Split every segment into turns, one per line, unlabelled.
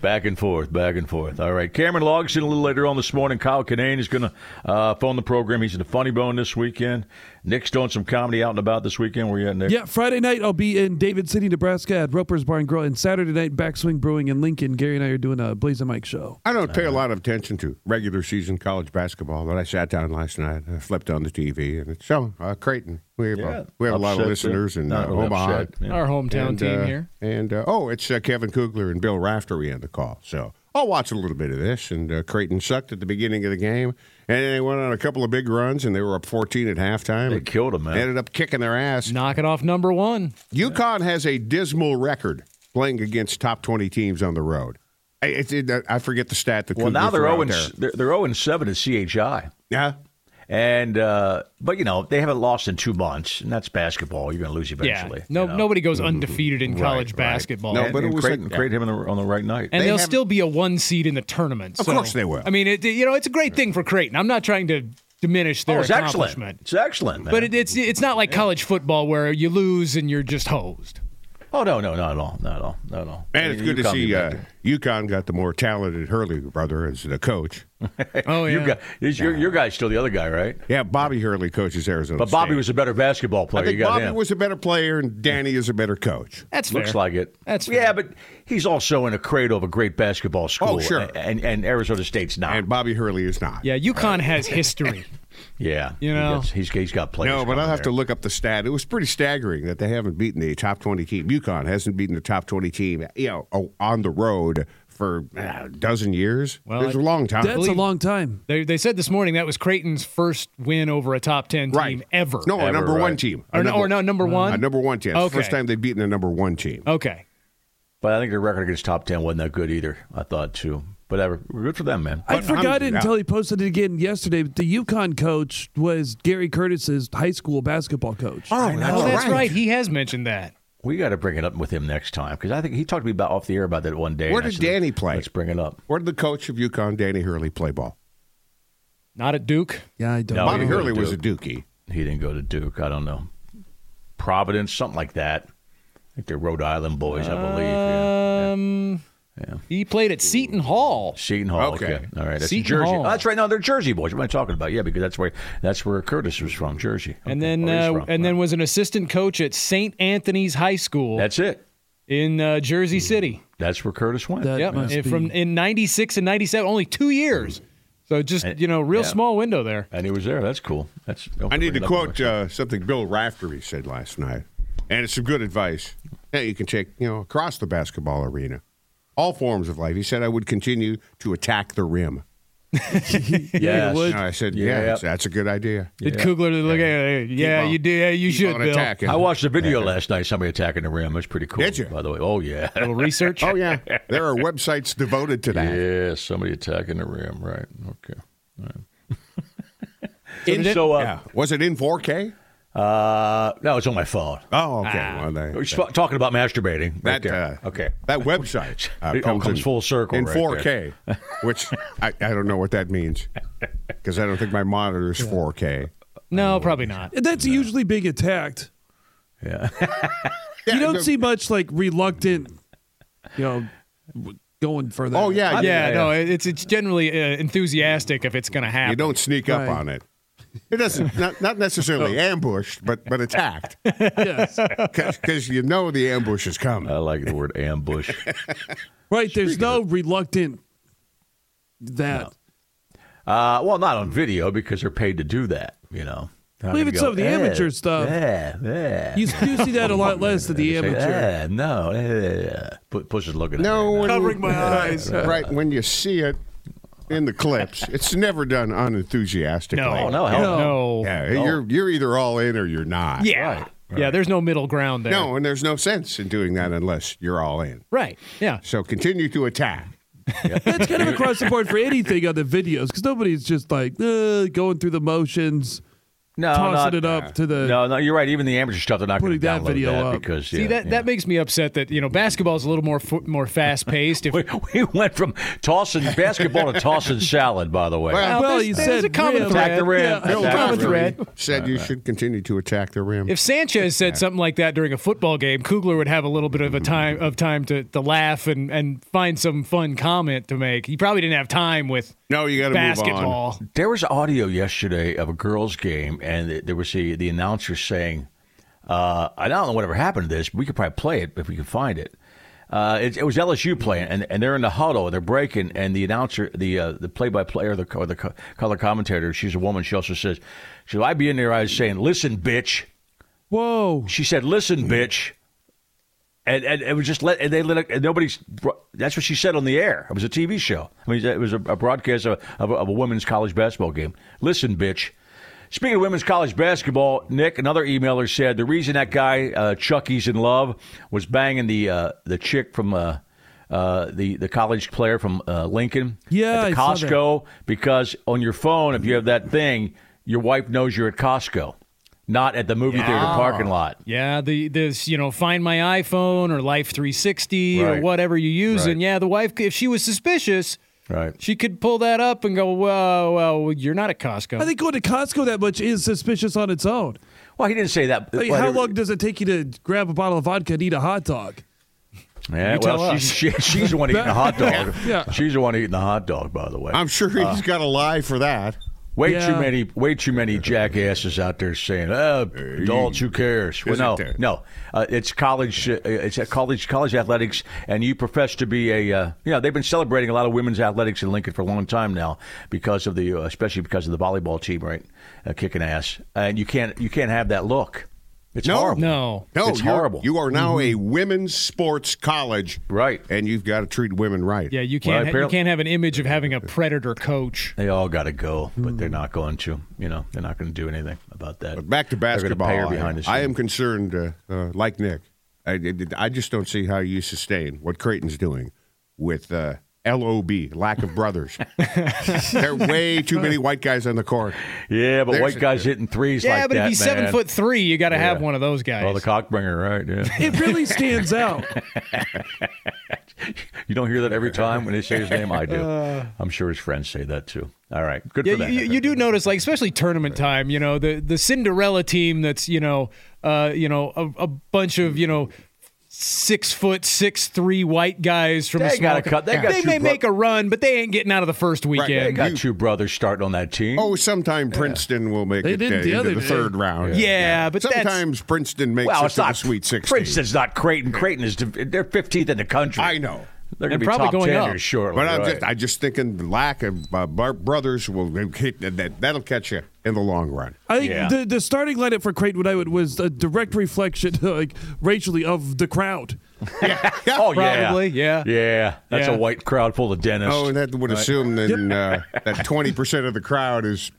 Back and forth, back and forth. All right. Cameron Logsdon a little later on this morning. Kyle Kinane is going to uh, phone the program. He's in the Funny Bone this weekend. Nick's doing some comedy out and about this weekend. Where you at, Nick?
Yeah, Friday night I'll be in David City, Nebraska at Roper's Bar and Grill, and Saturday night Backswing Brewing in Lincoln. Gary and I are doing a Blaze and Mike show.
I don't pay a lot of attention to regular season college basketball, but I sat down last night and I flipped on the TV and it's showing uh, Creighton. We have, uh, we have a lot of
Upset,
listeners
uh,
in uh,
not
Omaha.
upset, yeah.
Our hometown
and,
team
uh,
here.
And uh, oh, it's uh, Kevin Kugler and Bill Raftery on the call. So I'll watch a little bit of this. And uh, Creighton sucked at the beginning of the game, and then they went on a couple of big runs, and they were up 14 at halftime.
They
and
killed him, man.
Ended up kicking their ass.
Knock it off number one.
UConn has a dismal record playing against top 20 teams on the road. I, it's it, I forget the stat. That
Well, now
Cougars
they're
were out
0 and,
there.
they're, they're 0 and 7 at CHI.
Yeah.
And uh, but you know they haven't lost in two months, and that's basketball. You're going to lose eventually.
yeah. No,
you know? Mm-hmm.
nobody goes undefeated in college basketball.
No,
And,
but it
and
was
Creighton,
like-
Creighton him on the, on the right night.
and
They
they'll
have-
still be a one seed in the tournament.
Of
so-
course they will.
I mean, it, you know, it's a great thing for Creighton. I'm not trying to diminish
oh,
their
it's excellent.
accomplishment,
It's excellent. Man.
but it, it's it's not like college football where you lose and you're just hosed.
oh no, no, not at all, not at all, not at all.
And it's
You-
good
you
to
can't be
see
bad.
uh, UConn got the more talented Hurley brother as the coach.
Oh yeah,
You got is your, your guy's still the other guy, right?
Yeah, Bobby Hurley coaches Arizona.
But Bobby
State.
was a better basketball player.
I think
you got
Bobby
him.
was a better player, and Danny is a better coach.
that's fair.
Looks like it.
That's fair.
yeah, but he's also in a cradle of a great basketball school.
Oh, sure.
a- And and Arizona State's not.
And Bobby Hurley is not.
yeah. UConn has history.
yeah,
You
He
know.
gets- he's he's got players.
No, but
coming
I'll have
there.
to look up the stat. It was pretty staggering that they haven't beaten the top 20 team. UConn hasn't beaten the top 20 team, you know, o- on the road for uh, a dozen years.
Well,
it's
I-
a long time.
That's a long time.
they, they said this morning that was Creighton's first win over a top ten team
right.
ever.
No, a
Ever,
number one
right.
team. A
or, no-
number, Uh,
or no, number one.
A number one team. It's the First
Okay. Uh,
time they've beaten a number one team.
okay,
But I think their record against top ten wasn't that good either. I thought too. But ever good for them, man.
I
But
forgot
I'm-
it until he posted it again yesterday. But the UConn coach was Gary Curtis's high school basketball coach.
Oh,
oh, that's right. He has mentioned that.
We got to bring it up with him next time because I think he talked to me about off the air about that one day.
Where
and I
did
said,
Danny play?
Let's bring it up.
Where did the coach of UConn, Danny Hurley, play ball?
Not at Duke.
Yeah, I don't.
No,
Bobby
he didn't go to
Hurley was a
Duke.
dookie.
He didn't go to Duke. I don't know. Providence, something like that. I think they're Rhode Island boys, I believe. Yeah. yeah.
Um, he played at Seton Hall.
Seton Hall. Okay.
Okay.
All right. That's
Seton
Jersey.
Hall.
Oh, that's right. No, they're Jersey boys. What am I talking about? Yeah, because that's where that's where Curtis was from, Jersey.
and
Okay. Or
then
he's
uh,
from.
and then was an assistant coach at St. Anthony's High School
that's it.
in uh, Jersey City.
That's where Curtis went.
That
Yep,
must
and
be-
from in '96 and '97, only two years. So just you know, real
yeah.
small window there.
and he was there. That's cool. That's.
I need to
bring it up
quote
next-
uh, something Bill Raftery said last night, and it's some good advice that you can take, you know, across the basketball arena, all forms of life. He said, "I would continue to attack the rim."
Yes.
And I said, "Yeah,
Yeah.
that's- that's a good idea."
Did Kugler look at it? Yeah, you did. Yeah, you should,
on
Bill.
attacking.
I watched a video last night. Somebody attacking the rim. That's pretty cool.
Did you?
By the way. Oh yeah.
A little research.
Oh yeah, there are websites devoted to that.
Yeah, somebody attacking the rim, right? Okay. All right.
So did it-
so,
Yeah.
uh,
Was it in 4K?
uh, no, it's on my phone.
Oh, okay. Well, they-
We're just fa- talking about masturbating. right
that
there.
uh,
okay.
That website uh,
It all comes
in-
full circle
in
right
4K, which I, I don't know what that means because I don't think my monitor is 4K.
No, probably not.
That's usually being attacked.
Yeah.
you don't
no-
see much like reluctant, you know, w- going for that.
Oh yeah, yeah.
Yeah, no, it's it's generally uh, enthusiastic if it's going to happen.
You don't sneak up on it. It doesn't not, not necessarily ambushed, but but attacked
Yes.
because you know the ambush is
I
coming.
like the word ambush.
Right. There's no reluctant that.
Uh, well, not on video because they're paid to do that, you know. They're not
Leave
gonna
it
go,
some of the
"Eh,
amateur stuff."
Yeah, yeah.
You do see that a lot less than the
They say,
amateur.
"Eh, no. eh." Pu- Push is looking at
No,
me.
when you-
Covering my eyes.
Right when you see it in the clips, it's never done unenthusiastically.
No,
Oh, no, hell
no.
Yeah, you're you're either all in or you're not.
Yeah. Yeah, there's no middle ground there.
No, and there's no sense in doing that unless you're all in.
Right. Yeah.
So continue to attack.
That's kind of across the board for anything on the videos because nobody's just like uh, going through the motions,
No,
tossing
not-
it up to the.
No, no, you're right. Even the amateur stuff, they're not going
Putting
to
that
download
video
that
up.
because
See
yeah,
that
yeah.
that makes me upset that you know basketball is a little more f- more fast paced. If
We, we went from tossing basketball to tossing salad. By the way,
Well,
Well,
Oh, there's-
you
there's
said
a common
rim.
attack the rim.
Yeah.
Attack
Bill
the
common
rim.
thread.
said you should continue to attack the rim.
If Sanchez said something like that during a football game, Kugler would have a little bit of a time of time to, to laugh and, and find some fun comment to make. He probably didn't have time with
no, you got to move on.
basketball.
There was audio yesterday of a girls' game, and th- there was the, the announcer saying, uh, "I don't know whatever happened to this. We could probably play it if we could find it." Uh, it, it was LSU playing, and, and they're in the huddle, and they're breaking, and the announcer, the uh, the play by player, the or the co- color commentator, she's a woman. She also says, "She, said, I'd be in there, I was saying, listen, bitch."
Whoa.
She said, "Listen, bitch." And, and it was just let and they let and nobody's. That's what she said on the air. It was a TV show. I mean, it was a, a broadcast of, of, a, of a women's college basketball game. Listen, bitch. Speaking of women's college basketball, Nick, another emailer said the reason that guy uh, Chucky's in love was banging the uh, the chick from uh, uh, the the college player from uh, Lincoln.
Yeah,
at the
I saw that.
Costco because on your phone, if you have that thing, your wife knows you're at Costco, not at the movie theater parking lot.
Yeah, the this you know find my iPhone or Life 360 or
Right.
whatever you're using.
Right.
Yeah, the wife if she was suspicious,
Right.
she could pull that up and go, well, well, you're not at Costco.
I think going to Costco that much is suspicious on its own.
Well, he didn't say that.
I mean,
well,
how
they-
long does it take you to grab a bottle of vodka and eat a hot dog?
Yeah,
You tell
well,
us.
she's, she, she's the one eating the hot dog.
Yeah.
She's the one eating the hot dog. By the way,
I'm sure he's
Uh.
got a lie for that.
way
Yeah.
too many, way too many jackasses out there saying, "Oh, adults, who cares?" Well,
Isn't
no,
there?
no, uh, it's college, uh, it's at college, college athletics, and you profess to be a, uh, you know, they've been celebrating a lot of women's athletics in Lincoln for a long time now because of the, uh, especially because of the volleyball team, right, uh, kicking ass, and you can't, you can't have that look. It's
No.
horrible.
no.
No,
it's
you're-
horrible. Mm-hmm.
You are now a women's sports college,
Right.
And you've got to treat women right.
Yeah, you
Well,
can't ha- you
apparently-
can't have an image of having a predator coach.
They all got to go, but
Hmm.
they're not going to. You know, they're not going to do anything about that.
But back to basketball.
They're going to
I-
pay her behind the
I,
scenes.
am concerned, uh, uh, like Nick. I, I I just don't see how you sustain what Creighton's doing with uh, LOB, lack of brothers. there are way too many white guys on the court.
Yeah, but
There's
white
a-
guys hitting threes
Yeah,
like
but
that.
if he's seven
man.
foot three, you got to have
Yeah.
one of those guys.
Oh, the cockbringer, right?
It really stands out.
Yeah. you don't hear that every time when they say his name. I do.
Uh.
I'm sure his friends say that too. All right, good
Yeah,
for that.
you, you do notice, like especially tournament time, you know, the the Cinderella team that's you know, uh, you know, a, a bunch of you know, six foot six three white guys from a
They
small
gotta cut- they got two
may
bro-
make a run, but they ain't getting out of the first weekend.
Got two brothers starting on that team.
Oh, sometime Princeton will make
They
it
did
uh,
the
into
other
the
day.
third round.
Yeah, but that's-
sometimes Princeton makes
well,
it
it's
to the
not
Sweet Sixteen.
Princeton's not Creighton. Creighton is div- they're 15th in the country.
I know.
They're going to
And
be
probably
top
going
ten
up.
here shortly.
But I'm
right.
just, I just thinking the lack of uh, bar- brothers will that that'll catch you in the long run.
I think
Yeah.
the, the starting lineup for Creighton when I would was a direct reflection, like racially, of the crowd.
oh yeah,
Probably, yeah.
yeah. That's
Yeah.
a white crowd full of dentists.
Oh, and that would assume then uh, that twenty percent of the crowd is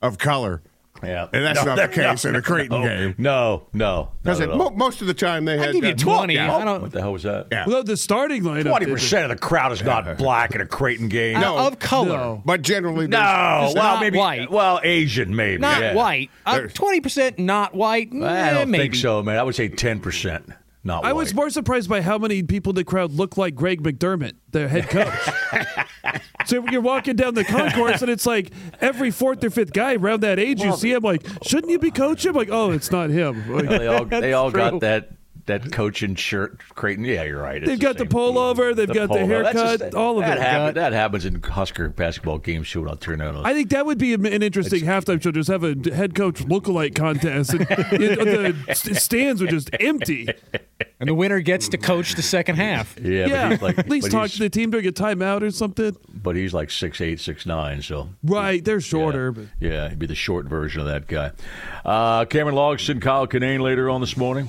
of color.
Yeah.
and that's not the case in a Creighton
no,
game
No, no.
because
not at all.
mo- most of the time they had.
I give you
uh,
twenty.
yeah.
I don't
What the hell was that?
Yeah.
Well, the starting lineup.
Twenty percent of the crowd is not black in a Creighton game.
No.
of color,
No.
But generally,
no. Well,
It's not
maybe
white.
Well, Asian, maybe.
not
yeah.
white. Uh,
There's-
Twenty percent not white.
I
eh,
don't
maybe.
think so, man. I would say ten percent. Not white.
I was more surprised by how many people in the crowd looked like Greg McDermott, the head coach. so you're walking down the concourse, and it's like every fourth or fifth guy around that age, you see him like, shouldn't you be coaching? I'm like, oh, it's not him. Like,
They all they all got that that coaching shirt. Creighton. Yeah, you're right. It's
They've got the
same-
pullover, they've got the
pullover. That's
haircut,
just-
all of
that
it.
Happen, that happens in Husker basketball games too. When I'll turn on.
I think that would be an an interesting halftime show. Just have a head coach lookalike contest, and, and the st- stands were just empty.
And the winner gets to coach the second
Mm-hmm.
half.
yeah, but he's like,
at least
but
talk
he's,
to the team during a timeout or something.
But he's like six eight, six nine. So
Right, they're shorter.
Yeah.
But.
Yeah, he'd be the short version of that guy. Uh, Cameron Logston, Kyle Kinane later on this morning.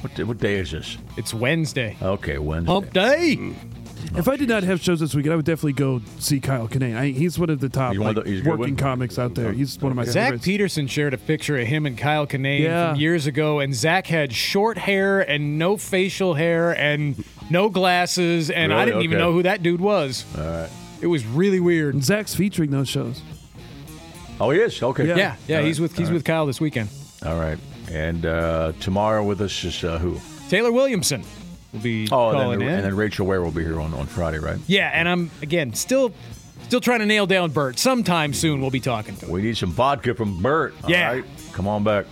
What day, what day is this?
It's Wednesday.
Okay, Wednesday.
Hump day.
If I did not have shows this weekend, I would definitely go see Kyle Kinane. I, he's one of the top
He's one of
like,
the- he's a good
working
one.
comics out there. He's one of my
Zach
favorites.
Peterson shared a picture of him and Kyle Kinane
Yeah.
from years ago, and Zach had short hair and no facial hair and no glasses, and I
Really?
didn't even
Okay.
know who that dude was. All right. It was really weird.
And Zach's featuring those shows.
Oh, he is? Okay.
Yeah.
Yeah, yeah, he's with he's with Kyle this weekend.
All right. And uh, tomorrow with us is uh, who?
Taylor Williamson will be
Oh, and
calling
then,
in.
and then Rachel Ware will be here on, on Friday, right?
yeah, and I'm again still still trying to nail down Bert. Sometime soon we'll be talking to him.
We need some vodka from Bert. all
Yeah.
right? Come on back.